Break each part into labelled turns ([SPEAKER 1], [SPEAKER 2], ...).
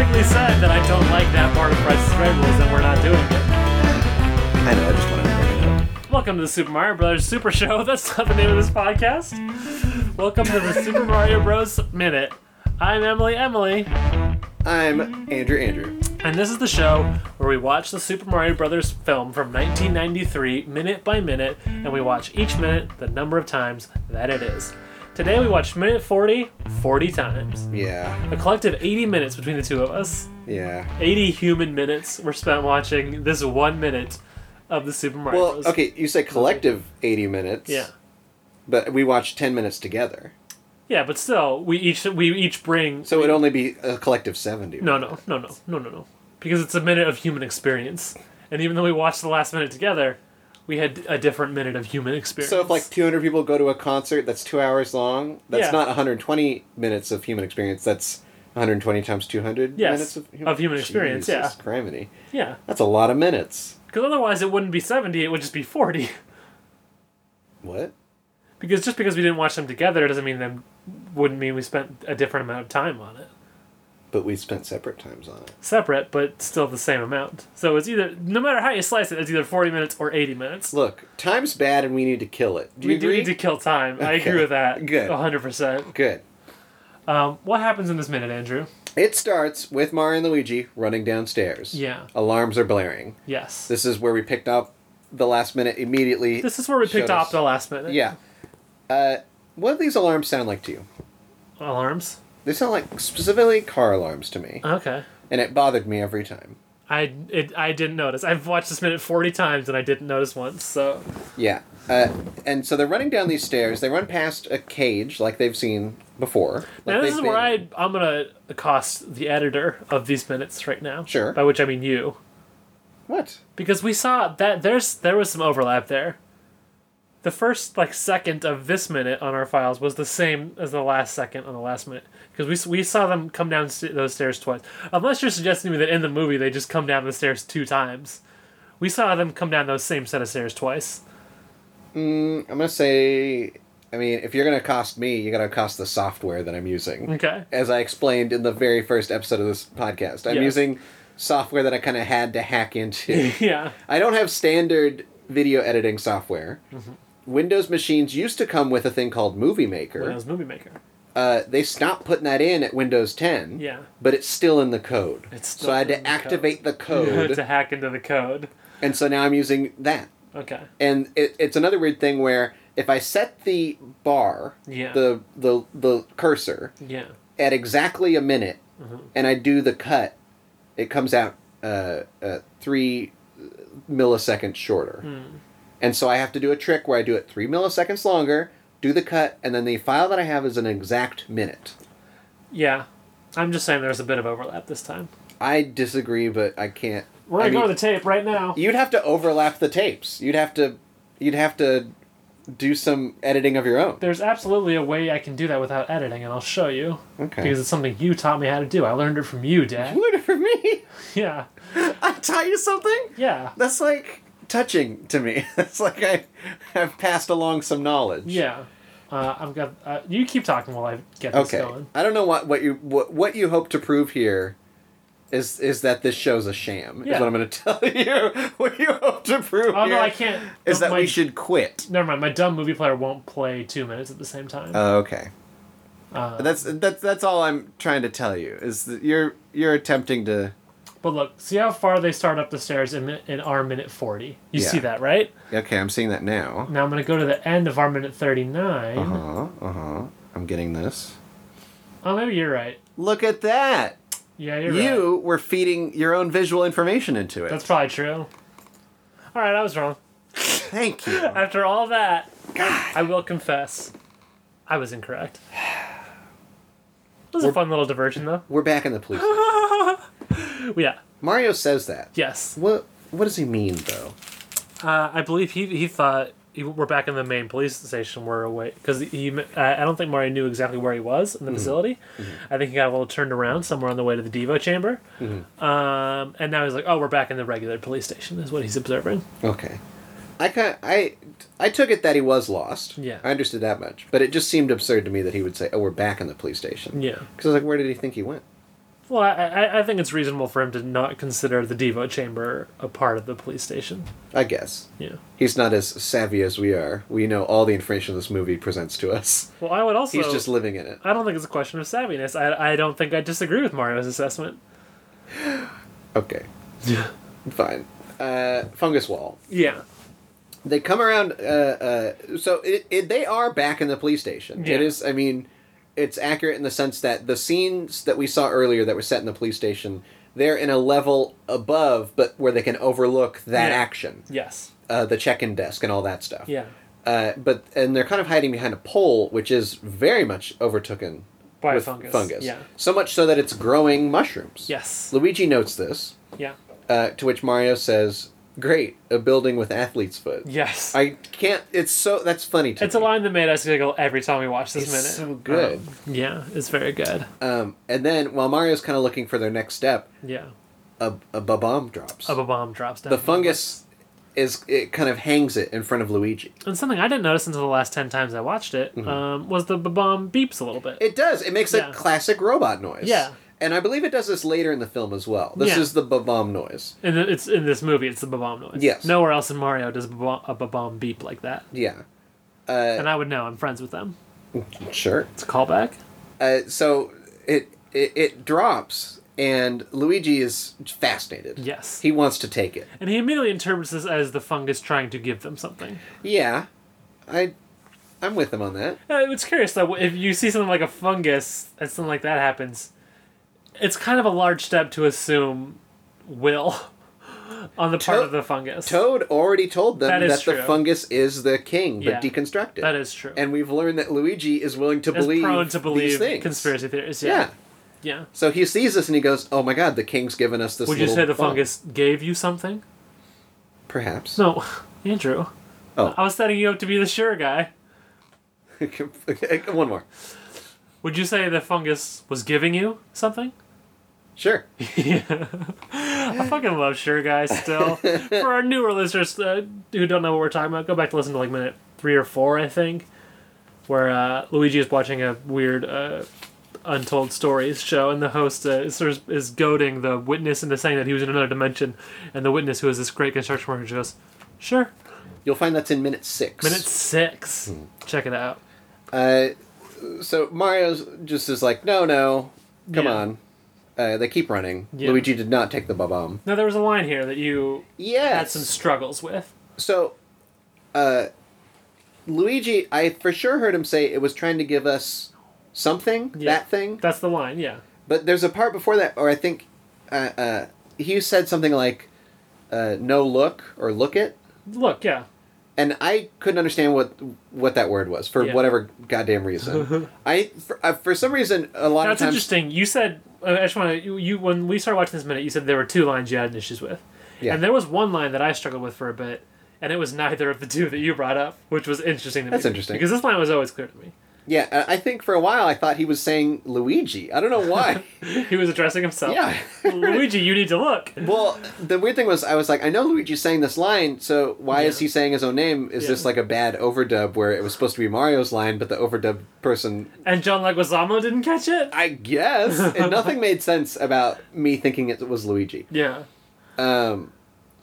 [SPEAKER 1] that I don't like that part of Price is Right rules, then we're not doing it.
[SPEAKER 2] I know. I just wanted to bring it up.
[SPEAKER 1] Welcome to the Super Mario Brothers Super Show. That's not the name of this podcast. Welcome to the Super Mario Bros. Minute. I'm Emily Emily,
[SPEAKER 2] I'm Andrew. Andrew.
[SPEAKER 1] and this is the show where we watch the Super Mario Brothers film from 1993 minute by minute, and we watch each minute the number of times that it is. Today we watched minute 40 40 times.
[SPEAKER 2] Yeah.
[SPEAKER 1] A collective 80 minutes between the two of us.
[SPEAKER 2] Yeah.
[SPEAKER 1] 80 human minutes were spent watching this one minute of the Super Mario
[SPEAKER 2] Well,
[SPEAKER 1] Bros.
[SPEAKER 2] okay. You say collective eighty minutes.
[SPEAKER 1] Yeah.
[SPEAKER 2] But we watched ten minutes together,
[SPEAKER 1] Yeah, but still, we each we each bring.
[SPEAKER 2] so it'd only be a collective seventy.
[SPEAKER 1] No, no, no, no, no, no, no. Because it's a minute of human experience, and even though we watched the last minute together, we had a different minute of human experience.
[SPEAKER 2] So if like two hundred people go to a concert that's two hours long, that's
[SPEAKER 1] Yeah.
[SPEAKER 2] not one hundred twenty minutes of human experience. That's one hundred twenty times two hundred
[SPEAKER 1] Yes,
[SPEAKER 2] minutes of human,
[SPEAKER 1] of human experience, yeah.
[SPEAKER 2] Jesus criminy.
[SPEAKER 1] yeah,
[SPEAKER 2] That's a lot of minutes.
[SPEAKER 1] because otherwise it wouldn't be seventy; it would just be forty.
[SPEAKER 2] What?
[SPEAKER 1] Because just because we didn't watch them together doesn't mean them wouldn't mean we spent a different amount of time on it.
[SPEAKER 2] But we spent separate times on it.
[SPEAKER 1] Separate, but still the same amount. So it's either no matter how you slice it, it's either forty minutes or eighty minutes.
[SPEAKER 2] Look, time's bad, and we need to kill it. Do you
[SPEAKER 1] we do
[SPEAKER 2] agree?
[SPEAKER 1] need to kill time. I agree
[SPEAKER 2] Okay,
[SPEAKER 1] with that.
[SPEAKER 2] good.
[SPEAKER 1] hundred percent.
[SPEAKER 2] Good.
[SPEAKER 1] Um, what happens in this minute, Andrew?
[SPEAKER 2] It starts with Mario and Luigi running downstairs.
[SPEAKER 1] Yeah.
[SPEAKER 2] Alarms are blaring.
[SPEAKER 1] Yes.
[SPEAKER 2] This is where we picked up the last minute immediately.
[SPEAKER 1] This is where we picked
[SPEAKER 2] Shut
[SPEAKER 1] up
[SPEAKER 2] us.
[SPEAKER 1] the last minute.
[SPEAKER 2] Yeah. Uh, what do these alarms sound like to you?
[SPEAKER 1] Alarms.
[SPEAKER 2] They sound like specifically car alarms to me,
[SPEAKER 1] Okay.
[SPEAKER 2] and it bothered me every time.
[SPEAKER 1] I it, I didn't notice. I've watched this minute forty times and I didn't notice once. So
[SPEAKER 2] Yeah. Uh, and so they're running down these stairs. They run past a cage like they've seen before. Like
[SPEAKER 1] now this
[SPEAKER 2] they've
[SPEAKER 1] is where
[SPEAKER 2] been-
[SPEAKER 1] I I'm gonna accost the editor of these minutes right now.
[SPEAKER 2] Sure.
[SPEAKER 1] By which I mean you,
[SPEAKER 2] What?
[SPEAKER 1] because we saw that there's there was some overlap there. The first like second of this minute on our files was the same as the last second on the last minute because we, s- we saw them come down st- those stairs twice. Unless you're suggesting to me that in the movie they just come down the stairs two times, we saw them come down those same set of stairs twice.
[SPEAKER 2] I'm going to say. I mean, if you're going to cost me, you got to cost the software that I'm using.
[SPEAKER 1] Okay.
[SPEAKER 2] as I explained in the very first episode of this podcast. I'm
[SPEAKER 1] Yes.
[SPEAKER 2] using software that I kind of had to hack into.
[SPEAKER 1] Yeah.
[SPEAKER 2] I don't have standard video editing software.
[SPEAKER 1] Mm-hmm.
[SPEAKER 2] Windows machines used to come with a thing called Movie Maker.
[SPEAKER 1] Windows Movie Maker.
[SPEAKER 2] Uh, they stopped putting that in at Windows 10.
[SPEAKER 1] Yeah.
[SPEAKER 2] But it's still in the code.
[SPEAKER 1] It's
[SPEAKER 2] so
[SPEAKER 1] still
[SPEAKER 2] I had
[SPEAKER 1] in
[SPEAKER 2] to
[SPEAKER 1] the
[SPEAKER 2] activate the
[SPEAKER 1] to
[SPEAKER 2] code,
[SPEAKER 1] hack into the code.
[SPEAKER 2] and so now I'm using that.
[SPEAKER 1] Okay.
[SPEAKER 2] And it, it's another weird thing where if I set the bar,
[SPEAKER 1] Yeah.
[SPEAKER 2] the the the cursor,
[SPEAKER 1] Yeah.
[SPEAKER 2] at exactly a minute
[SPEAKER 1] Mm-hmm.
[SPEAKER 2] and I do the cut, it comes out uh, uh, three milliseconds shorter.
[SPEAKER 1] Hmm.
[SPEAKER 2] And so I have to do a trick where I do it three milliseconds longer, do the cut, and then the file that I have is an exact minute.
[SPEAKER 1] Yeah. I'm just saying there's a bit of overlap this time.
[SPEAKER 2] I disagree, but I can't.
[SPEAKER 1] We're gonna
[SPEAKER 2] I
[SPEAKER 1] go to
[SPEAKER 2] mean,
[SPEAKER 1] the tape right now.
[SPEAKER 2] you'd have to overlap the tapes. You'd have to, you'd have to, do some editing of your own.
[SPEAKER 1] There's absolutely a way I can do that without editing, and I'll show you.
[SPEAKER 2] Okay.
[SPEAKER 1] Because it's something you taught me how to do. I learned it from you, Dad.
[SPEAKER 2] Learn it from me.
[SPEAKER 1] yeah.
[SPEAKER 2] I taught you something.
[SPEAKER 1] Yeah.
[SPEAKER 2] That's like touching to me. That's like I, I've passed along some knowledge.
[SPEAKER 1] Yeah. Uh, I've got. Uh, you keep talking while I get this
[SPEAKER 2] Okay.
[SPEAKER 1] going.
[SPEAKER 2] I don't know what what you what, what you hope to prove here. Is, is that this show's a sham? Is
[SPEAKER 1] Yeah.
[SPEAKER 2] what I'm going to tell you. What you hope to prove
[SPEAKER 1] Oh
[SPEAKER 2] here
[SPEAKER 1] no, I can't.
[SPEAKER 2] is that
[SPEAKER 1] my,
[SPEAKER 2] we should quit.
[SPEAKER 1] Never mind. My dumb movie player won't play two minutes at the same time.
[SPEAKER 2] Oh, okay,
[SPEAKER 1] Uh,
[SPEAKER 2] that's that's that's all I'm trying to tell you is that you're you're attempting to
[SPEAKER 1] But look, see how far they start up the stairs in, mi- in our minute 40. You
[SPEAKER 2] Yeah.
[SPEAKER 1] see that, right?
[SPEAKER 2] okay. I'm seeing that now.
[SPEAKER 1] Now I'm going to go to the end of our minute 39.
[SPEAKER 2] Uh huh. Uh huh. I'm getting this.
[SPEAKER 1] Oh, maybe you're right.
[SPEAKER 2] Look at that.
[SPEAKER 1] Yeah, you're right.
[SPEAKER 2] you were feeding your own visual information into it.
[SPEAKER 1] That's probably true. All right, I was wrong.
[SPEAKER 2] Thank you.
[SPEAKER 1] After all that, I will confess, I was incorrect. It was a fun little diversion, though.
[SPEAKER 2] We're back in the police.
[SPEAKER 1] Yeah.
[SPEAKER 2] Mario says that.
[SPEAKER 1] Yes.
[SPEAKER 2] What what does he mean though?
[SPEAKER 1] Uh, I believe he he thought he, we're back in the main police station. We're away because he. Uh, I don't think Mario knew exactly where he was in the
[SPEAKER 2] Mm-hmm.
[SPEAKER 1] facility. I think he got a little turned around somewhere on the way to the Devo chamber.
[SPEAKER 2] Mm-hmm.
[SPEAKER 1] Um, and now he's like, "Oh, we're back in the regular police station." Is what he's observing.
[SPEAKER 2] Okay. I kind I I took it that he was lost.
[SPEAKER 1] Yeah.
[SPEAKER 2] I understood that much, but it just seemed absurd to me that he would say, "Oh, we're back in the police station."
[SPEAKER 1] Yeah.
[SPEAKER 2] Because I was like, where did he think he went?
[SPEAKER 1] Well, I, I, I think it's reasonable for him to not consider the Devo chamber a part of the police station.
[SPEAKER 2] I guess.
[SPEAKER 1] Yeah.
[SPEAKER 2] He's not as savvy as we are. We know all the information this movie presents to us.
[SPEAKER 1] Well, I would also.
[SPEAKER 2] He's just living in it.
[SPEAKER 1] I don't think it's a question of savviness. I, I don't think I disagree with Mario's assessment.
[SPEAKER 2] Okay. Fine. Uh, fungus wall.
[SPEAKER 1] Yeah.
[SPEAKER 2] They come around. Uh, uh, so it, it, they are back in the police station.
[SPEAKER 1] Yeah.
[SPEAKER 2] It is. I mean, it's accurate in the sense that the scenes that we saw earlier that were set in the police station, they're in a level above, but where they can overlook that
[SPEAKER 1] Yeah.
[SPEAKER 2] action,
[SPEAKER 1] Yes.
[SPEAKER 2] uh, the check-in desk and all that stuff.
[SPEAKER 1] Yeah.
[SPEAKER 2] Uh, but and they're kind of hiding behind a pole, which is very much overtaken
[SPEAKER 1] By
[SPEAKER 2] with
[SPEAKER 1] fungus.
[SPEAKER 2] fungus.
[SPEAKER 1] Yeah.
[SPEAKER 2] So much so that it's growing mushrooms.
[SPEAKER 1] Yes.
[SPEAKER 2] Luigi notes this,
[SPEAKER 1] Yeah.
[SPEAKER 2] uh, to which Mario says, "Great, a building with athlete's foot."
[SPEAKER 1] Yes.
[SPEAKER 2] I can't. It's so that's funny to
[SPEAKER 1] it's a
[SPEAKER 2] me.
[SPEAKER 1] line that made us giggle every time we watched this
[SPEAKER 2] It's
[SPEAKER 1] minute.
[SPEAKER 2] so good.
[SPEAKER 1] Um, yeah, it's very good.
[SPEAKER 2] Um, and then while Mario's kind of looking for their next step,
[SPEAKER 1] Yeah.
[SPEAKER 2] a a bomb drops.
[SPEAKER 1] A bomb drops down.
[SPEAKER 2] the fungus is it kind of hangs it in front of Luigi.
[SPEAKER 1] And something I didn't notice until the last 10 times I watched it um, was the bomb beeps a little bit.
[SPEAKER 2] Mm-hmm. It does. It makes
[SPEAKER 1] Yeah.
[SPEAKER 2] a classic robot noise.
[SPEAKER 1] Yeah.
[SPEAKER 2] And I believe it does this later in the film as well. This
[SPEAKER 1] Yeah.
[SPEAKER 2] is the bomb noise.
[SPEAKER 1] and it- it's in this movie, it's the bomb noise.
[SPEAKER 2] Yes.
[SPEAKER 1] Nowhere else in Mario does ba-bomb- a bomb beep like that.
[SPEAKER 2] Yeah. Uh,
[SPEAKER 1] And I would know. I'm friends with them.
[SPEAKER 2] sure.
[SPEAKER 1] It's a callback.
[SPEAKER 2] Uh, so it, it it drops, and Luigi is fascinated.
[SPEAKER 1] Yes.
[SPEAKER 2] He wants to take it.
[SPEAKER 1] And he immediately interprets this as the fungus trying to give them something.
[SPEAKER 2] Yeah. I, I'm with him on that.
[SPEAKER 1] Uh, it's curious though if you see something like a fungus and something like that happens, it's kind of a large step to assume will on the part
[SPEAKER 2] To-
[SPEAKER 1] of the fungus.
[SPEAKER 2] Toad already told them
[SPEAKER 1] That
[SPEAKER 2] that,
[SPEAKER 1] is
[SPEAKER 2] the
[SPEAKER 1] true.
[SPEAKER 2] fungus is the king, but
[SPEAKER 1] Yeah.
[SPEAKER 2] deconstructed.
[SPEAKER 1] that is true.
[SPEAKER 2] And we've learned that Luigi is willing to
[SPEAKER 1] It's
[SPEAKER 2] believe
[SPEAKER 1] prone to
[SPEAKER 2] these
[SPEAKER 1] believe
[SPEAKER 2] things.
[SPEAKER 1] conspiracy theories.
[SPEAKER 2] Yeah.
[SPEAKER 1] Yeah. Yeah.
[SPEAKER 2] So he sees this and he goes, "Oh my God, the king's given us this."
[SPEAKER 1] Would you
[SPEAKER 2] little
[SPEAKER 1] say the
[SPEAKER 2] bomb."
[SPEAKER 1] fungus gave you something?
[SPEAKER 2] Perhaps.
[SPEAKER 1] No, Andrew.
[SPEAKER 2] Oh.
[SPEAKER 1] I was setting you up to be the sure guy.
[SPEAKER 2] One more.
[SPEAKER 1] Would you say the fungus was giving you something?
[SPEAKER 2] Sure.
[SPEAKER 1] Yeah. I fucking love Sure Guy still. For our newer listeners uh, who don't know what we're talking about, go back to listen to like minute three or four, I think, where uh, Luigi is watching a weird uh, Untold Stories show, and the host uh, is, sort of- is goading the witness into saying that he was in another dimension, and the witness, who is this great construction worker, goes, Sure.
[SPEAKER 2] You'll find that's in minute six.
[SPEAKER 1] Minute six. Check it out.
[SPEAKER 2] Uh, so Mario's just is like, no, no, come
[SPEAKER 1] Yeah.
[SPEAKER 2] on. Uh, they keep running.
[SPEAKER 1] Yeah.
[SPEAKER 2] Luigi did not take the bomb.
[SPEAKER 1] Now, there was a line here that you had
[SPEAKER 2] Yes.
[SPEAKER 1] some struggles with.
[SPEAKER 2] so, uh, Luigi, I for sure heard him say it was trying to give us something,
[SPEAKER 1] Yeah.
[SPEAKER 2] that thing.
[SPEAKER 1] That's the line, yeah.
[SPEAKER 2] But there's a part before that, or I think uh, uh, he said something like, uh, "No look" or "look it."
[SPEAKER 1] Look, yeah.
[SPEAKER 2] and I couldn't understand what what that word was for
[SPEAKER 1] Yeah.
[SPEAKER 2] whatever goddamn reason. I for, uh, for some reason a lot
[SPEAKER 1] That's
[SPEAKER 2] of times
[SPEAKER 1] interesting. You said uh, I just want to you, you when we started watching this minute, you said there were two lines you had issues with,
[SPEAKER 2] Yeah.
[SPEAKER 1] and there was one line that I struggled with for a bit, and it was neither of the two that you brought up, which was interesting. To
[SPEAKER 2] That's
[SPEAKER 1] me,
[SPEAKER 2] interesting.
[SPEAKER 1] because this line was always clear to me.
[SPEAKER 2] yeah, I- I think for a while I thought he was saying Luigi. I don't know why.
[SPEAKER 1] He was addressing himself.
[SPEAKER 2] yeah.
[SPEAKER 1] Luigi, you need to look.
[SPEAKER 2] well, the weird thing was I was like, I know Luigi's saying this line, so why is
[SPEAKER 1] Yeah.
[SPEAKER 2] he saying his own name? Is
[SPEAKER 1] Yeah.
[SPEAKER 2] this like a bad overdub where it was supposed to be Mario's line, but the overdub person?
[SPEAKER 1] And John Leguizamo didn't catch it.
[SPEAKER 2] I guess and nothing made sense about me thinking it was Luigi.
[SPEAKER 1] Yeah,
[SPEAKER 2] Um,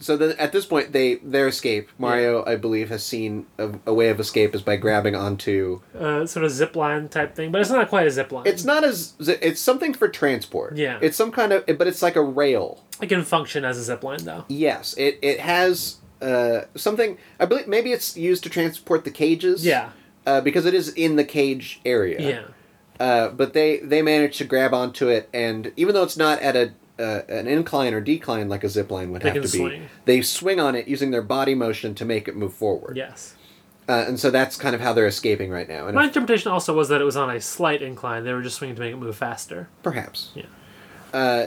[SPEAKER 2] so the, at this point, they their escape. Mario, I believe, has seen a, a way of escape is by grabbing onto.
[SPEAKER 1] uh, sort of zip line type thing, but it's not quite a zip line.
[SPEAKER 2] It's not as it's something for transport.
[SPEAKER 1] Yeah.
[SPEAKER 2] it's some kind of, but it's like a rail.
[SPEAKER 1] it can function as a zip line though.
[SPEAKER 2] Yes, it it has uh, something. I believe maybe it's used to transport the cages.
[SPEAKER 1] Yeah,
[SPEAKER 2] uh, because it is in the cage area.
[SPEAKER 1] yeah,
[SPEAKER 2] Uh, but they they manage to grab onto it, and even though it's not at a uh, an incline or decline like a zip line would
[SPEAKER 1] They can
[SPEAKER 2] have to be,
[SPEAKER 1] swing.
[SPEAKER 2] they swing on it using their body motion to make it move forward.
[SPEAKER 1] yes.
[SPEAKER 2] Uh, and so that's kind of how they're escaping right now. And
[SPEAKER 1] My
[SPEAKER 2] if-
[SPEAKER 1] interpretation also was that it was on a slight incline. They were just swinging to make it move faster.
[SPEAKER 2] perhaps.
[SPEAKER 1] Yeah.
[SPEAKER 2] Uh,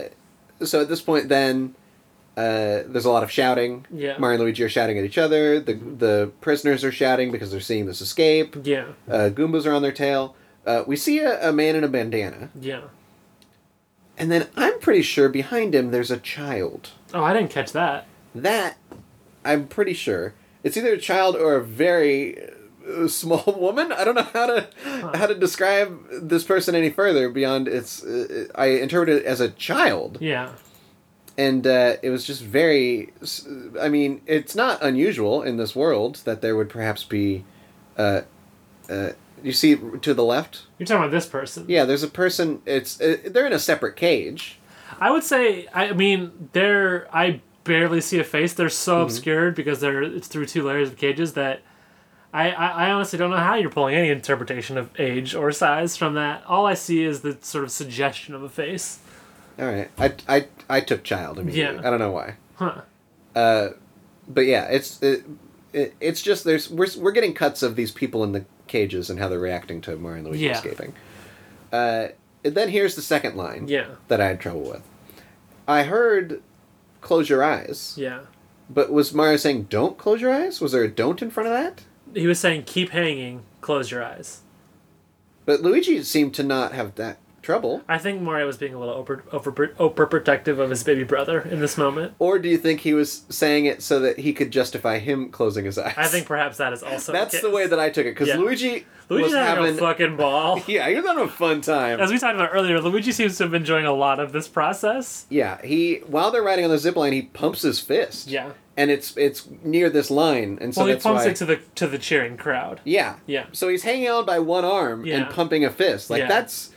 [SPEAKER 2] so at this point, then uh, there's a lot of shouting.
[SPEAKER 1] Yeah.
[SPEAKER 2] Mario and Luigi are shouting at each other. The the prisoners are shouting because they're seeing this escape.
[SPEAKER 1] Yeah,
[SPEAKER 2] Uh, Goombas are on their tail. Uh, we see a, a man in a bandana,
[SPEAKER 1] yeah.
[SPEAKER 2] and then I'm pretty sure behind him there's a child.
[SPEAKER 1] Oh, I didn't catch that.
[SPEAKER 2] That I'm pretty sure it's either a child or a very uh, uh, small woman. I don't know how to how to describe this person any further beyond it's. Uh, I interpreted it as a child,
[SPEAKER 1] Yeah.
[SPEAKER 2] and uh, it was just very. s- I mean, it's not unusual in this world that there would perhaps be. Uh, uh, you see to the left.
[SPEAKER 1] You're talking about this person.
[SPEAKER 2] Yeah, there's a person. It's uh, they're in a separate cage.
[SPEAKER 1] I would say I mean they're I barely see a face. They're so
[SPEAKER 2] Mm-hmm.
[SPEAKER 1] obscured because they're it's through two layers of cages that I, I, I honestly don't know how you're pulling any interpretation of age or size from that. All I see is the sort of suggestion of a face.
[SPEAKER 2] All right, I I I took child immediately.
[SPEAKER 1] Yeah.
[SPEAKER 2] I don't know why. Uh,
[SPEAKER 1] Huh.
[SPEAKER 2] but yeah, it's it, it, it's just there's we're we're getting cuts of these people in the cages and how they're reacting to Mario and Luigi
[SPEAKER 1] Yeah.
[SPEAKER 2] escaping. Uh, and then here's the second line
[SPEAKER 1] Yeah.
[SPEAKER 2] that I had trouble with. I heard close your eyes,
[SPEAKER 1] Yeah.
[SPEAKER 2] but was Mario saying don't close your eyes? Was there a don't in front of that?
[SPEAKER 1] He was saying keep hanging, close your eyes.
[SPEAKER 2] But Luigi seemed to not have that trouble.
[SPEAKER 1] I think Mario was being a little over, over overprotective of his baby brother in this moment.
[SPEAKER 2] Or do you think he was saying it so that he could justify him closing his eyes?
[SPEAKER 1] I think perhaps that is also
[SPEAKER 2] that's the
[SPEAKER 1] case.
[SPEAKER 2] way that I took it because
[SPEAKER 1] Yeah.
[SPEAKER 2] Luigi was
[SPEAKER 1] Luigi's having
[SPEAKER 2] having
[SPEAKER 1] a fucking ball.
[SPEAKER 2] yeah, he was having a fun time.
[SPEAKER 1] As we talked about earlier, Luigi seems to have been enjoying a lot of this process.
[SPEAKER 2] Yeah, he while they're riding on the zip line, he pumps his fist.
[SPEAKER 1] Yeah.
[SPEAKER 2] and it's it's near this line, and so
[SPEAKER 1] Well, he
[SPEAKER 2] that's
[SPEAKER 1] pumps
[SPEAKER 2] why.
[SPEAKER 1] it to the to the cheering crowd.
[SPEAKER 2] yeah,
[SPEAKER 1] Yeah.
[SPEAKER 2] So he's hanging on by one arm and
[SPEAKER 1] Yeah.
[SPEAKER 2] pumping a fist. Like
[SPEAKER 1] Yeah.
[SPEAKER 2] that's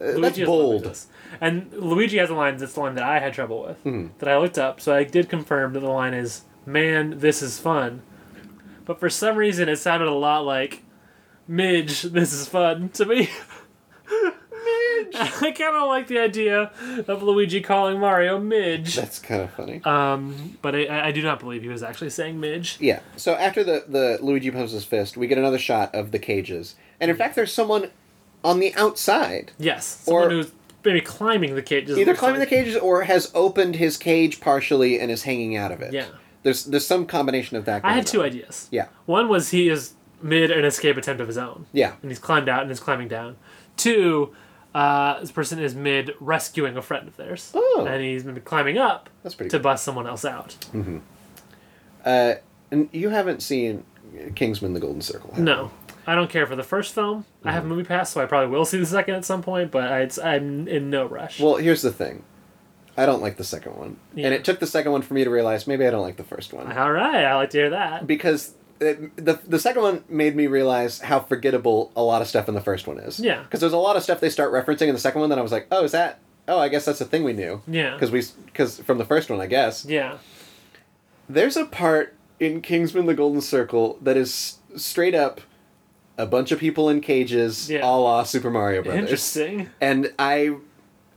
[SPEAKER 2] uh, that's
[SPEAKER 1] Luigi has one with
[SPEAKER 2] bold.
[SPEAKER 1] this. And Luigi has a line that's the one that I had trouble with
[SPEAKER 2] Hmm.
[SPEAKER 1] that I looked up. So I did confirm that the line is "Man, this is fun," but for some reason it sounded a lot like "Midge, this is fun" to me. Midge. I kind of like the idea of Luigi calling Mario Midge,
[SPEAKER 2] That's kind of funny.
[SPEAKER 1] um, but I- I, I do not believe he was actually saying Midge.
[SPEAKER 2] yeah. So after the the Luigi pumps his fist, we get another shot of the cages, and in fact, there's someone on the outside,
[SPEAKER 1] Yes,
[SPEAKER 2] Or-
[SPEAKER 1] someone who's maybe climbing the cages.
[SPEAKER 2] either
[SPEAKER 1] looks
[SPEAKER 2] climbing
[SPEAKER 1] like.
[SPEAKER 2] the cages or has opened his cage partially and is hanging out of it.
[SPEAKER 1] Yeah.
[SPEAKER 2] There's there's some combination of that.
[SPEAKER 1] I
[SPEAKER 2] going
[SPEAKER 1] had two
[SPEAKER 2] on.
[SPEAKER 1] ideas.
[SPEAKER 2] Yeah.
[SPEAKER 1] One was he is mid an escape attempt of his own.
[SPEAKER 2] Yeah.
[SPEAKER 1] And he's climbed out and is climbing down. Two, uh, this person is mid rescuing a friend of theirs.
[SPEAKER 2] Oh.
[SPEAKER 1] And he's maybe climbing up
[SPEAKER 2] That's pretty
[SPEAKER 1] to
[SPEAKER 2] good.
[SPEAKER 1] bust someone else out.
[SPEAKER 2] Uh, and you haven't seen Kingsman: The Golden Circle. have you?
[SPEAKER 1] No. I don't care for the first film. I
[SPEAKER 2] Mm-hmm.
[SPEAKER 1] have movie pass, so I probably will see the second at some point, but I, it's, I'm in no rush.
[SPEAKER 2] Well, here's the thing. I don't like the second one.
[SPEAKER 1] Yeah.
[SPEAKER 2] And it took the second one for me to realize maybe I don't like the first one.
[SPEAKER 1] All right, I like to hear that.
[SPEAKER 2] Because it, the, the second one made me realize how forgettable a lot of stuff in the first one is.
[SPEAKER 1] Yeah.
[SPEAKER 2] Because there's a lot of stuff they start referencing in the second one that I was like, oh, is that? Oh, I guess that's a thing we knew.
[SPEAKER 1] Yeah.
[SPEAKER 2] Because we, because from the first one, I guess.
[SPEAKER 1] Yeah.
[SPEAKER 2] There's a part in Kingsman: The Golden Circle that is s- straight up a bunch of people in cages,
[SPEAKER 1] Yeah.
[SPEAKER 2] a la Super Mario Brothers.
[SPEAKER 1] Interesting.
[SPEAKER 2] And I,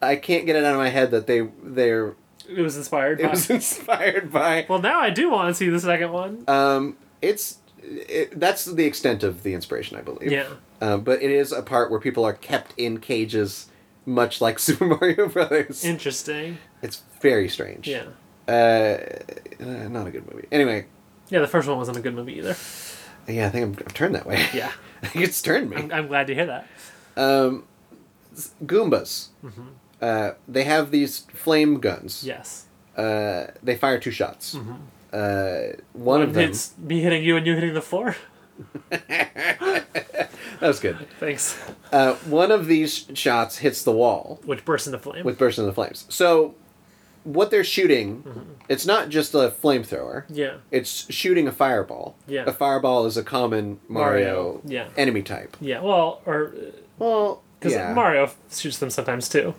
[SPEAKER 2] I can't get it out of my head that they they're
[SPEAKER 1] It was inspired
[SPEAKER 2] it
[SPEAKER 1] by.
[SPEAKER 2] was inspired by.
[SPEAKER 1] well, now I do want to see the second one.
[SPEAKER 2] Um, it's it, that's the extent of the inspiration, I believe.
[SPEAKER 1] yeah.
[SPEAKER 2] Um, but it is a part where people are kept in cages, much like Super Mario Brothers.
[SPEAKER 1] Interesting.
[SPEAKER 2] it's very strange.
[SPEAKER 1] Yeah.
[SPEAKER 2] Uh, uh, not a good movie. Anyway,
[SPEAKER 1] Yeah, the first one wasn't a good movie either.
[SPEAKER 2] yeah, I think I'm, I'm turned that way.
[SPEAKER 1] Yeah.
[SPEAKER 2] I think it's turned me.
[SPEAKER 1] I'm, I'm glad to hear that.
[SPEAKER 2] Um, s- Goombas.
[SPEAKER 1] Mm-hmm.
[SPEAKER 2] Uh, they have these flame guns.
[SPEAKER 1] Yes.
[SPEAKER 2] Uh, they fire two shots.
[SPEAKER 1] Mm-hmm.
[SPEAKER 2] Uh, one of them.
[SPEAKER 1] It's me hitting you and you hitting the floor.
[SPEAKER 2] That was good.
[SPEAKER 1] Thanks.
[SPEAKER 2] Uh, one of these shots hits the wall
[SPEAKER 1] Which bursts into flame.
[SPEAKER 2] with burst into the flames. So, what they're shooting,
[SPEAKER 1] Mm-hmm.
[SPEAKER 2] it's not just a flamethrower.
[SPEAKER 1] yeah.
[SPEAKER 2] It's shooting a fireball.
[SPEAKER 1] Yeah.
[SPEAKER 2] A fireball is a common
[SPEAKER 1] Mario,
[SPEAKER 2] Mario,
[SPEAKER 1] yeah.
[SPEAKER 2] enemy type.
[SPEAKER 1] Yeah. Well, or
[SPEAKER 2] Well,
[SPEAKER 1] because
[SPEAKER 2] yeah.
[SPEAKER 1] Mario shoots them sometimes too.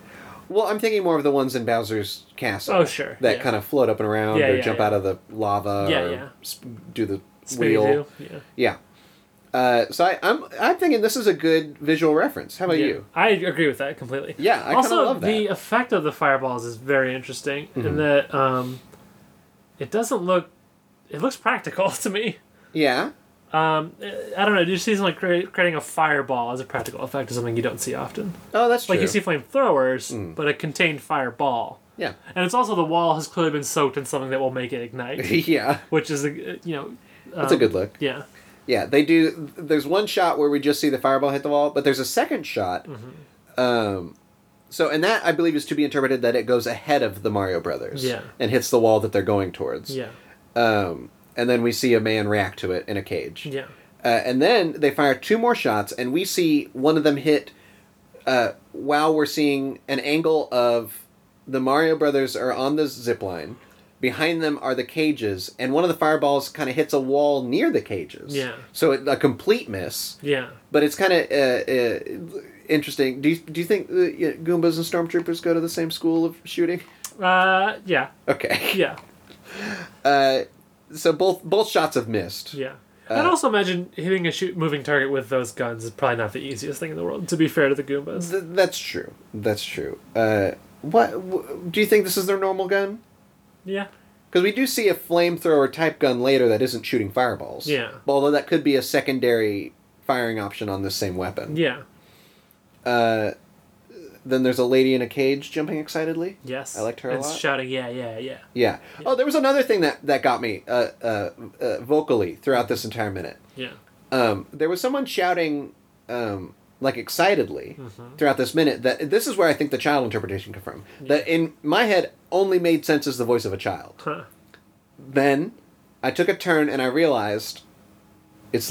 [SPEAKER 2] well, I'm thinking more of the ones in Bowser's Castle.
[SPEAKER 1] Oh, sure,
[SPEAKER 2] That
[SPEAKER 1] yeah.
[SPEAKER 2] kind of float up and around
[SPEAKER 1] Yeah,
[SPEAKER 2] or
[SPEAKER 1] yeah,
[SPEAKER 2] jump
[SPEAKER 1] yeah.
[SPEAKER 2] out of the lava
[SPEAKER 1] Yeah,
[SPEAKER 2] or
[SPEAKER 1] yeah.
[SPEAKER 2] sp- do the
[SPEAKER 1] Scooby-Doo.
[SPEAKER 2] wheel.
[SPEAKER 1] Yeah.
[SPEAKER 2] Yeah. Uh, so I, I'm I'm thinking this is a good visual reference. How about
[SPEAKER 1] yeah.
[SPEAKER 2] Oh, you?
[SPEAKER 1] I agree with that completely.
[SPEAKER 2] Yeah, I kinda
[SPEAKER 1] also,
[SPEAKER 2] love
[SPEAKER 1] the
[SPEAKER 2] that. Mm-hmm.
[SPEAKER 1] effect of the fireballs is very interesting in that um, it doesn't look. It looks practical to me.
[SPEAKER 2] Yeah.
[SPEAKER 1] Um, I don't know. It just seems like crea- creating a fireball as a practical effect is something you don't see often.
[SPEAKER 2] Oh, that's true. Mm.
[SPEAKER 1] Like you see flamethrowers, but a contained fireball.
[SPEAKER 2] yeah.
[SPEAKER 1] And it's also the wall has clearly been soaked in something that will make it ignite,
[SPEAKER 2] yeah.
[SPEAKER 1] which is, a, uh, you know,
[SPEAKER 2] That's
[SPEAKER 1] Um,
[SPEAKER 2] a good look.
[SPEAKER 1] yeah,
[SPEAKER 2] Yeah, they do. There's one shot where we just see the fireball hit the wall, but there's a second shot. Um, so, and that I believe is to be interpreted that it goes ahead of the Mario Brothers.
[SPEAKER 1] Yeah.
[SPEAKER 2] And hits the wall that they're going towards.
[SPEAKER 1] yeah,
[SPEAKER 2] Um, and then we see a man react to it in a cage.
[SPEAKER 1] yeah.
[SPEAKER 2] Uh, and then they fire two more shots, and we see one of them hit uh, while we're seeing an angle of the Mario Brothers are on the zip line. Behind them are the cages, and one of the fireballs kind of hits a wall near the cages.
[SPEAKER 1] Yeah.
[SPEAKER 2] So it, a complete miss,
[SPEAKER 1] Yeah.
[SPEAKER 2] but it's kind of uh, uh, interesting. Do you, do you think the uh, Goombas and Stormtroopers go to the same school of shooting?
[SPEAKER 1] Uh, yeah.
[SPEAKER 2] Okay.
[SPEAKER 1] Yeah.
[SPEAKER 2] Uh, so both both shots have missed.
[SPEAKER 1] Yeah. I'd
[SPEAKER 2] Uh,
[SPEAKER 1] also imagine hitting a shoot moving target with those guns is probably not the easiest thing in the world. To be fair to the Goombas,
[SPEAKER 2] Th- that's true. That's true. Uh, what w- do you think this is their normal gun?
[SPEAKER 1] yeah,
[SPEAKER 2] Because we do see a flamethrower type gun later that isn't shooting fireballs.
[SPEAKER 1] Yeah.
[SPEAKER 2] Although that could be a secondary firing option on this same weapon.
[SPEAKER 1] yeah,
[SPEAKER 2] Uh, then there's a lady in a cage jumping excitedly.
[SPEAKER 1] yes.
[SPEAKER 2] I liked her a
[SPEAKER 1] and
[SPEAKER 2] lot.
[SPEAKER 1] shouting, yeah, yeah, yeah.
[SPEAKER 2] Yeah. Oh, there was another thing that that got me uh, uh, uh, vocally throughout this entire minute.
[SPEAKER 1] Yeah.
[SPEAKER 2] Um, there was someone shouting um, like excitedly throughout this minute. That this is where I think the child interpretation come from. That in my head only made sense as the voice of a child.
[SPEAKER 1] Huh.
[SPEAKER 2] Then I took a turn and I realized it's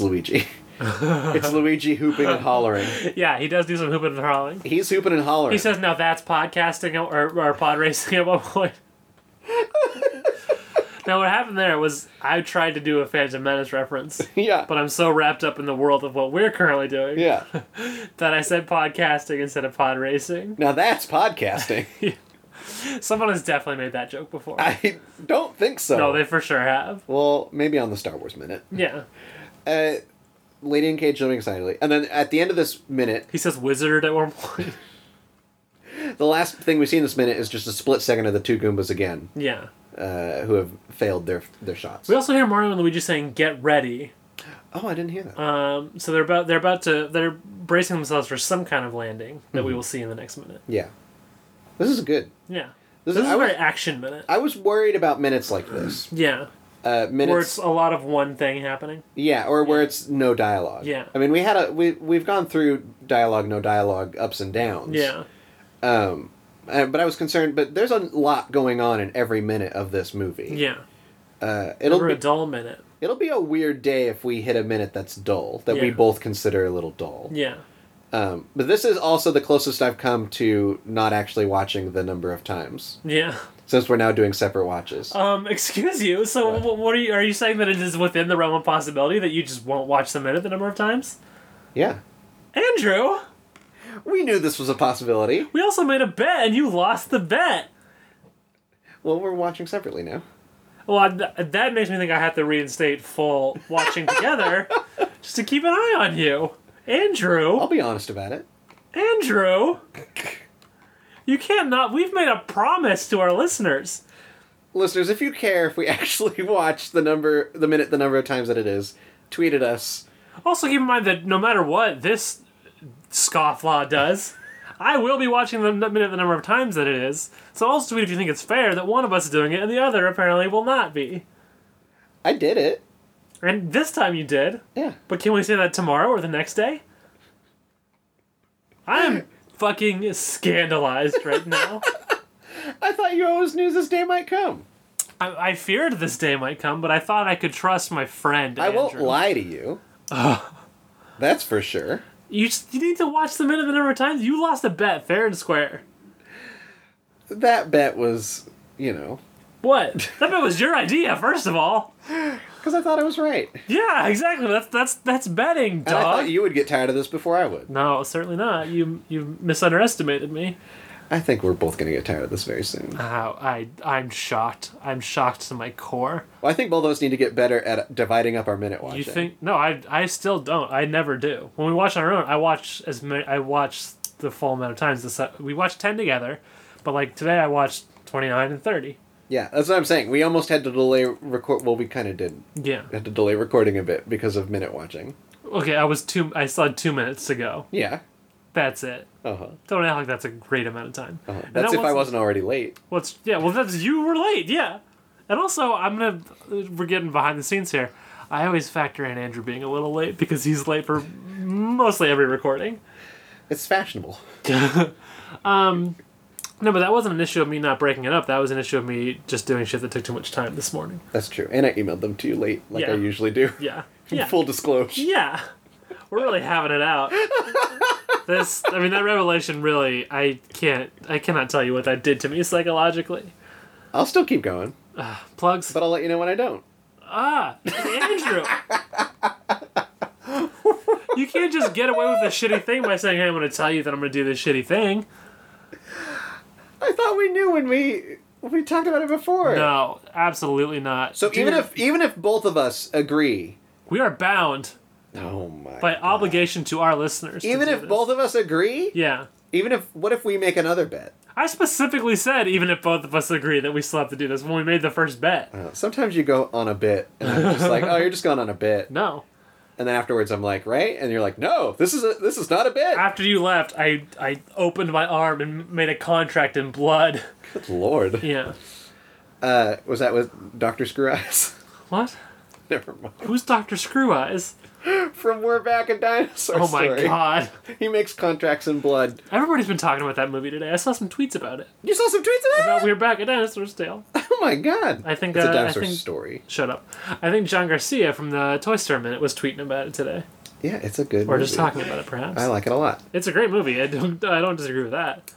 [SPEAKER 2] Luigi. it's Luigi hooping and hollering.
[SPEAKER 1] Yeah, he does do some hooping and hurling.
[SPEAKER 2] He's hooping and hollering.
[SPEAKER 1] He says, "Now that's podcasting or, or pod racing at one point." now, what happened there was I tried to do a Phantom Menace reference,
[SPEAKER 2] yeah.
[SPEAKER 1] but I'm so wrapped up in the world of what we're currently doing
[SPEAKER 2] yeah.
[SPEAKER 1] that I said podcasting instead of pod racing.
[SPEAKER 2] Now that's podcasting.
[SPEAKER 1] Someone has definitely made that joke before.
[SPEAKER 2] I don't think so.
[SPEAKER 1] no, they for sure have.
[SPEAKER 2] Well, maybe on the Star Wars minute.
[SPEAKER 1] Yeah.
[SPEAKER 2] Uh, Lady in Cage jumping excitedly. And then at the end of this minute,
[SPEAKER 1] He says wizard at one point.
[SPEAKER 2] the last thing we see in this minute is just a split second of the two Goombas again,
[SPEAKER 1] yeah.
[SPEAKER 2] uh, who have failed their their shots.
[SPEAKER 1] We also hear Mario and Luigi saying "Get ready."
[SPEAKER 2] Oh, I didn't hear that.
[SPEAKER 1] Um, so they're about they're about to they're bracing themselves for some kind of landing that
[SPEAKER 2] Mm-hmm.
[SPEAKER 1] we will see in the next minute.
[SPEAKER 2] yeah. This is good.
[SPEAKER 1] Yeah.
[SPEAKER 2] This
[SPEAKER 1] This,
[SPEAKER 2] is-
[SPEAKER 1] is
[SPEAKER 2] I
[SPEAKER 1] a
[SPEAKER 2] was-
[SPEAKER 1] very action minute.
[SPEAKER 2] I was worried about minutes like this.
[SPEAKER 1] Yeah.
[SPEAKER 2] Uh,
[SPEAKER 1] Where
[SPEAKER 2] minutes
[SPEAKER 1] it's a lot of one thing happening.
[SPEAKER 2] Yeah, or where it's no dialogue.
[SPEAKER 1] Yeah.
[SPEAKER 2] I mean, we had a we we've gone through dialogue, no dialogue, ups and downs.
[SPEAKER 1] Yeah.
[SPEAKER 2] Um, uh, but I was concerned. But there's a lot going on in every minute of this movie.
[SPEAKER 1] Yeah.
[SPEAKER 2] Uh, it'll
[SPEAKER 1] Or a
[SPEAKER 2] be,
[SPEAKER 1] dull minute.
[SPEAKER 2] it'll be a weird day if we hit a minute that's dull that we
[SPEAKER 1] Yeah.
[SPEAKER 2] both consider a little dull.
[SPEAKER 1] Yeah.
[SPEAKER 2] Um, but this is also the closest I've come to not actually watching the number of times
[SPEAKER 1] Yeah.
[SPEAKER 2] since we're now doing separate watches.
[SPEAKER 1] Um, excuse you. So wh- what are you are you saying that it is within the realm of possibility that you just won't watch the minute the number of times?
[SPEAKER 2] yeah,
[SPEAKER 1] Andrew,
[SPEAKER 2] we knew this was a possibility.
[SPEAKER 1] we also made a bet and you lost the bet.
[SPEAKER 2] Well, we're watching separately now.
[SPEAKER 1] Well, I, th- that makes me think I have to reinstate full watching together just to keep an eye on you. Andrew,
[SPEAKER 2] I'll be honest about it.
[SPEAKER 1] Andrew, you can't not. We've made a promise to our listeners.
[SPEAKER 2] listeners, if you care if we actually watch the number, the minute, the number of times that it is, tweet at us.
[SPEAKER 1] Also, keep in mind that no matter what this scofflaw does, I will be watching the n- minute the number of times that it is. So also tweet if you think it's fair that one of us is doing it and the other apparently will not be.
[SPEAKER 2] I did it.
[SPEAKER 1] And this time you did.
[SPEAKER 2] Yeah.
[SPEAKER 1] But can we say that tomorrow or the next day? I'm fucking scandalized right now.
[SPEAKER 2] I thought you always knew this day might come.
[SPEAKER 1] I, I feared this day might come, but I thought I could trust my friend.
[SPEAKER 2] I won't
[SPEAKER 1] Andrew.
[SPEAKER 2] lie to you. That's for sure.
[SPEAKER 1] You, just, you need to watch the minute the number of times you lost a bet, fair and square.
[SPEAKER 2] That bet was, you know,
[SPEAKER 1] What? That bet was your idea, first of all.
[SPEAKER 2] because I thought I was right.
[SPEAKER 1] Yeah, exactly. That's that's that's betting,
[SPEAKER 2] And I
[SPEAKER 1] dog.
[SPEAKER 2] thought you would get tired of this before I would.
[SPEAKER 1] no, certainly not. You you misunderestimated me.
[SPEAKER 2] I think we're both going to get tired of this very soon.
[SPEAKER 1] Wow, I I'm shocked. I'm shocked to my core.
[SPEAKER 2] Well, I think both of us need to get better at dividing up our minute watching.
[SPEAKER 1] You think no? I I still don't. I never do. When we watch on our own, I watch as many. I watch the full amount of times. This we watched ten together, but like today I watched twenty nine and thirty.
[SPEAKER 2] Yeah, that's what I'm saying. We almost had to delay record. Well, we kind of did.
[SPEAKER 1] Yeah.
[SPEAKER 2] Had to delay recording a bit because of minute watching.
[SPEAKER 1] Okay, I was two. I still had two minutes to go.
[SPEAKER 2] Yeah.
[SPEAKER 1] That's it.
[SPEAKER 2] Uh huh.
[SPEAKER 1] Don't act like that's a great amount of time.
[SPEAKER 2] Uh-huh.
[SPEAKER 1] And
[SPEAKER 2] That's
[SPEAKER 1] that
[SPEAKER 2] if I wasn't already late.
[SPEAKER 1] What's yeah? Well, that's you were late. Yeah, and also I'm gonna we're getting behind the scenes here. I always factor in Andrew being a little late because he's late for mostly every recording.
[SPEAKER 2] It's fashionable.
[SPEAKER 1] No, but that wasn't an issue of me not breaking it up. That was an issue of me just doing shit that took too much time this morning.
[SPEAKER 2] That's true. And I emailed them to you late, like
[SPEAKER 1] Yeah.
[SPEAKER 2] I usually do.
[SPEAKER 1] Yeah. Yeah.
[SPEAKER 2] Full disclosure.
[SPEAKER 1] Yeah. We're really having it out. this I mean that revelation really I can't I cannot tell you what that did to me psychologically.
[SPEAKER 2] I'll still keep going,
[SPEAKER 1] Plugs.
[SPEAKER 2] but I'll let you know when I don't.
[SPEAKER 1] Ah, Andrew. you can't just get away with a shitty thing by saying, "Hey, I'm going to tell you that I'm going to do this shitty thing."
[SPEAKER 2] I thought we knew when we when we talked about it before.
[SPEAKER 1] No, absolutely not.
[SPEAKER 2] So even if even if both of us agree,
[SPEAKER 1] we are bound
[SPEAKER 2] oh my.
[SPEAKER 1] by
[SPEAKER 2] God.
[SPEAKER 1] obligation to our listeners, to
[SPEAKER 2] Even
[SPEAKER 1] do
[SPEAKER 2] if
[SPEAKER 1] this.
[SPEAKER 2] both of us agree,
[SPEAKER 1] yeah,
[SPEAKER 2] even if what if we make another bet?
[SPEAKER 1] I specifically said even if both of us agree that we still have to do this when we made the first bet.
[SPEAKER 2] Uh, Sometimes you go on a bit, and I'm just like, oh, you're just going on a bit,
[SPEAKER 1] No,
[SPEAKER 2] and then afterwards I'm like, right, and you're like, no, this is a this is not a bit.
[SPEAKER 1] after you left, I I opened my arm and made a contract in blood.
[SPEAKER 2] Good lord.
[SPEAKER 1] Yeah,
[SPEAKER 2] Uh, was that with Doctor Screw Eyes?
[SPEAKER 1] what?
[SPEAKER 2] Never mind.
[SPEAKER 1] Who's Doctor Screw Eyes?
[SPEAKER 2] From We're Back a Dinosaur
[SPEAKER 1] Oh my
[SPEAKER 2] Story.
[SPEAKER 1] god.
[SPEAKER 2] He makes contracts in blood.
[SPEAKER 1] Everybody's been talking about that movie today. I saw some tweets about it.
[SPEAKER 2] You saw some tweets about
[SPEAKER 1] About
[SPEAKER 2] that?
[SPEAKER 1] We're Back at Dinosaur's Tale.
[SPEAKER 2] Oh my god.
[SPEAKER 1] I think,
[SPEAKER 2] it's
[SPEAKER 1] uh,
[SPEAKER 2] a
[SPEAKER 1] I
[SPEAKER 2] dinosaur
[SPEAKER 1] think-
[SPEAKER 2] story.
[SPEAKER 1] Shut up. I think John Garcia from the Toy Story Minute was tweeting about it today.
[SPEAKER 2] Yeah, it's a good
[SPEAKER 1] Or
[SPEAKER 2] movie.
[SPEAKER 1] just talking about it, perhaps.
[SPEAKER 2] I like it a lot.
[SPEAKER 1] it's a great movie. I don't, I don't disagree with that.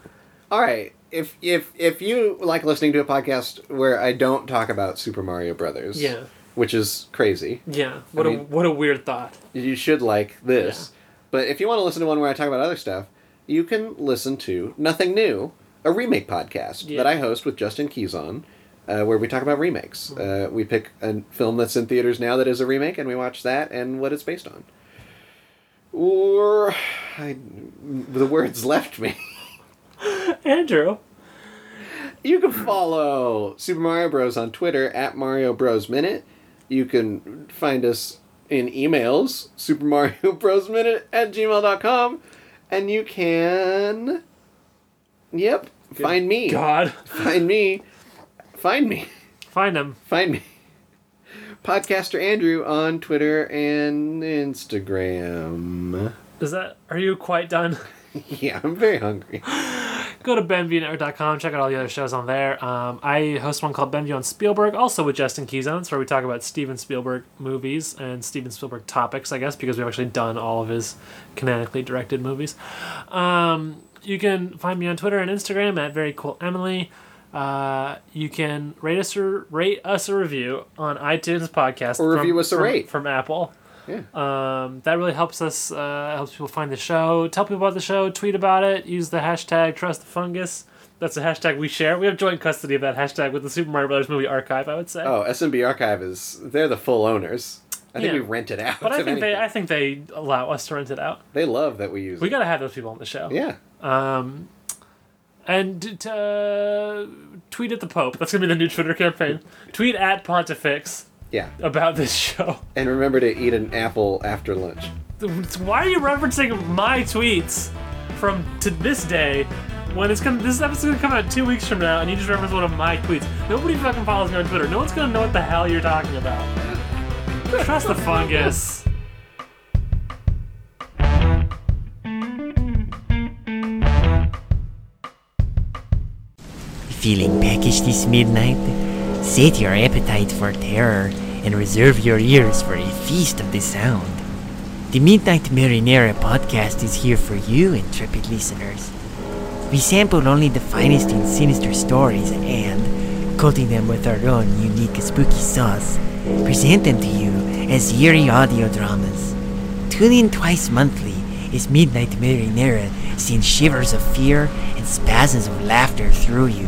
[SPEAKER 2] All right. If if if you like listening to a podcast where I don't talk about Super Mario Brothers,
[SPEAKER 1] Yeah.
[SPEAKER 2] which is crazy,
[SPEAKER 1] Yeah. What, a,
[SPEAKER 2] mean-
[SPEAKER 1] what a weird thought.
[SPEAKER 2] you should like this. But if you want to listen to one where I talk about other stuff, you can listen to Nothing New, a remake podcast
[SPEAKER 1] Yeah.
[SPEAKER 2] that I host with Justin Keys on, uh, where we talk about remakes. Uh, we pick a film that's in theaters now that is a remake, and we watch that and what it's based on. Or, I, the words left me.
[SPEAKER 1] Andrew.
[SPEAKER 2] You can follow Super Mario Bros on Twitter at Mario Bros Minute. You can find us in emails, Super Mario Bros Minute at gmail.com. And you can. Yep. Find me.
[SPEAKER 1] God.
[SPEAKER 2] Find me. Find me.
[SPEAKER 1] Find him.
[SPEAKER 2] Find me. Podcaster Andrew on Twitter and Instagram.
[SPEAKER 1] Is that. Are you quite done?
[SPEAKER 2] Yeah, I'm very hungry.
[SPEAKER 1] Go to BenviewNetwork.com. Check out all the other shows on there. Um, I host one called Benview on Spielberg, also with Justin Keys on. It's where we talk about Steven Spielberg movies and Steven Spielberg topics, I guess, because we've actually done all of his canonically directed movies. Um, you can find me on Twitter and Instagram at Very Cool Emily. Uh, you can rate us or rate us a review on iTunes podcast
[SPEAKER 2] Or review us a
[SPEAKER 1] from-
[SPEAKER 2] rate.
[SPEAKER 1] from Apple.
[SPEAKER 2] Yeah.
[SPEAKER 1] Um, that really helps us. Uh, helps people find the show. Tell people about the show. Tweet about it. Use the hashtag Trust the Fungus. That's a hashtag we share. We have joint custody of that hashtag with the Super Mario Brothers movie archive. I would say.
[SPEAKER 2] Oh, SMB Archive is. They're the full owners. I think
[SPEAKER 1] Yeah.
[SPEAKER 2] we rent it out.
[SPEAKER 1] but I
[SPEAKER 2] if
[SPEAKER 1] think they.
[SPEAKER 2] anything.
[SPEAKER 1] I think they allow us to rent it out.
[SPEAKER 2] They love that we use
[SPEAKER 1] We
[SPEAKER 2] it.
[SPEAKER 1] gotta have those people on the show.
[SPEAKER 2] Yeah.
[SPEAKER 1] Um, and to, uh, tweet at the Pope. That's gonna be the new Twitter campaign. tweet at Pontifex
[SPEAKER 2] Yeah.
[SPEAKER 1] about this show.
[SPEAKER 2] And remember to eat an apple after lunch.
[SPEAKER 1] Why are you referencing my tweets from to this day when it's gonna this episode's gonna come out two weeks from now and you just reference one of my tweets? Nobody fucking follows me on Twitter. No one's gonna know what the hell you're talking about. Trust the fungus.
[SPEAKER 3] Feeling peckish this midnight? Sate your appetite for terror and reserve your ears for a feast of the sound. The Midnight Marinera podcast is here for you, intrepid listeners. We sample only the finest in sinister stories and, coating them with our own unique spooky sauce, present them to you as eerie audio dramas. Tune in twice monthly as Midnight Marinera sends shivers of fear and spasms of laughter through you.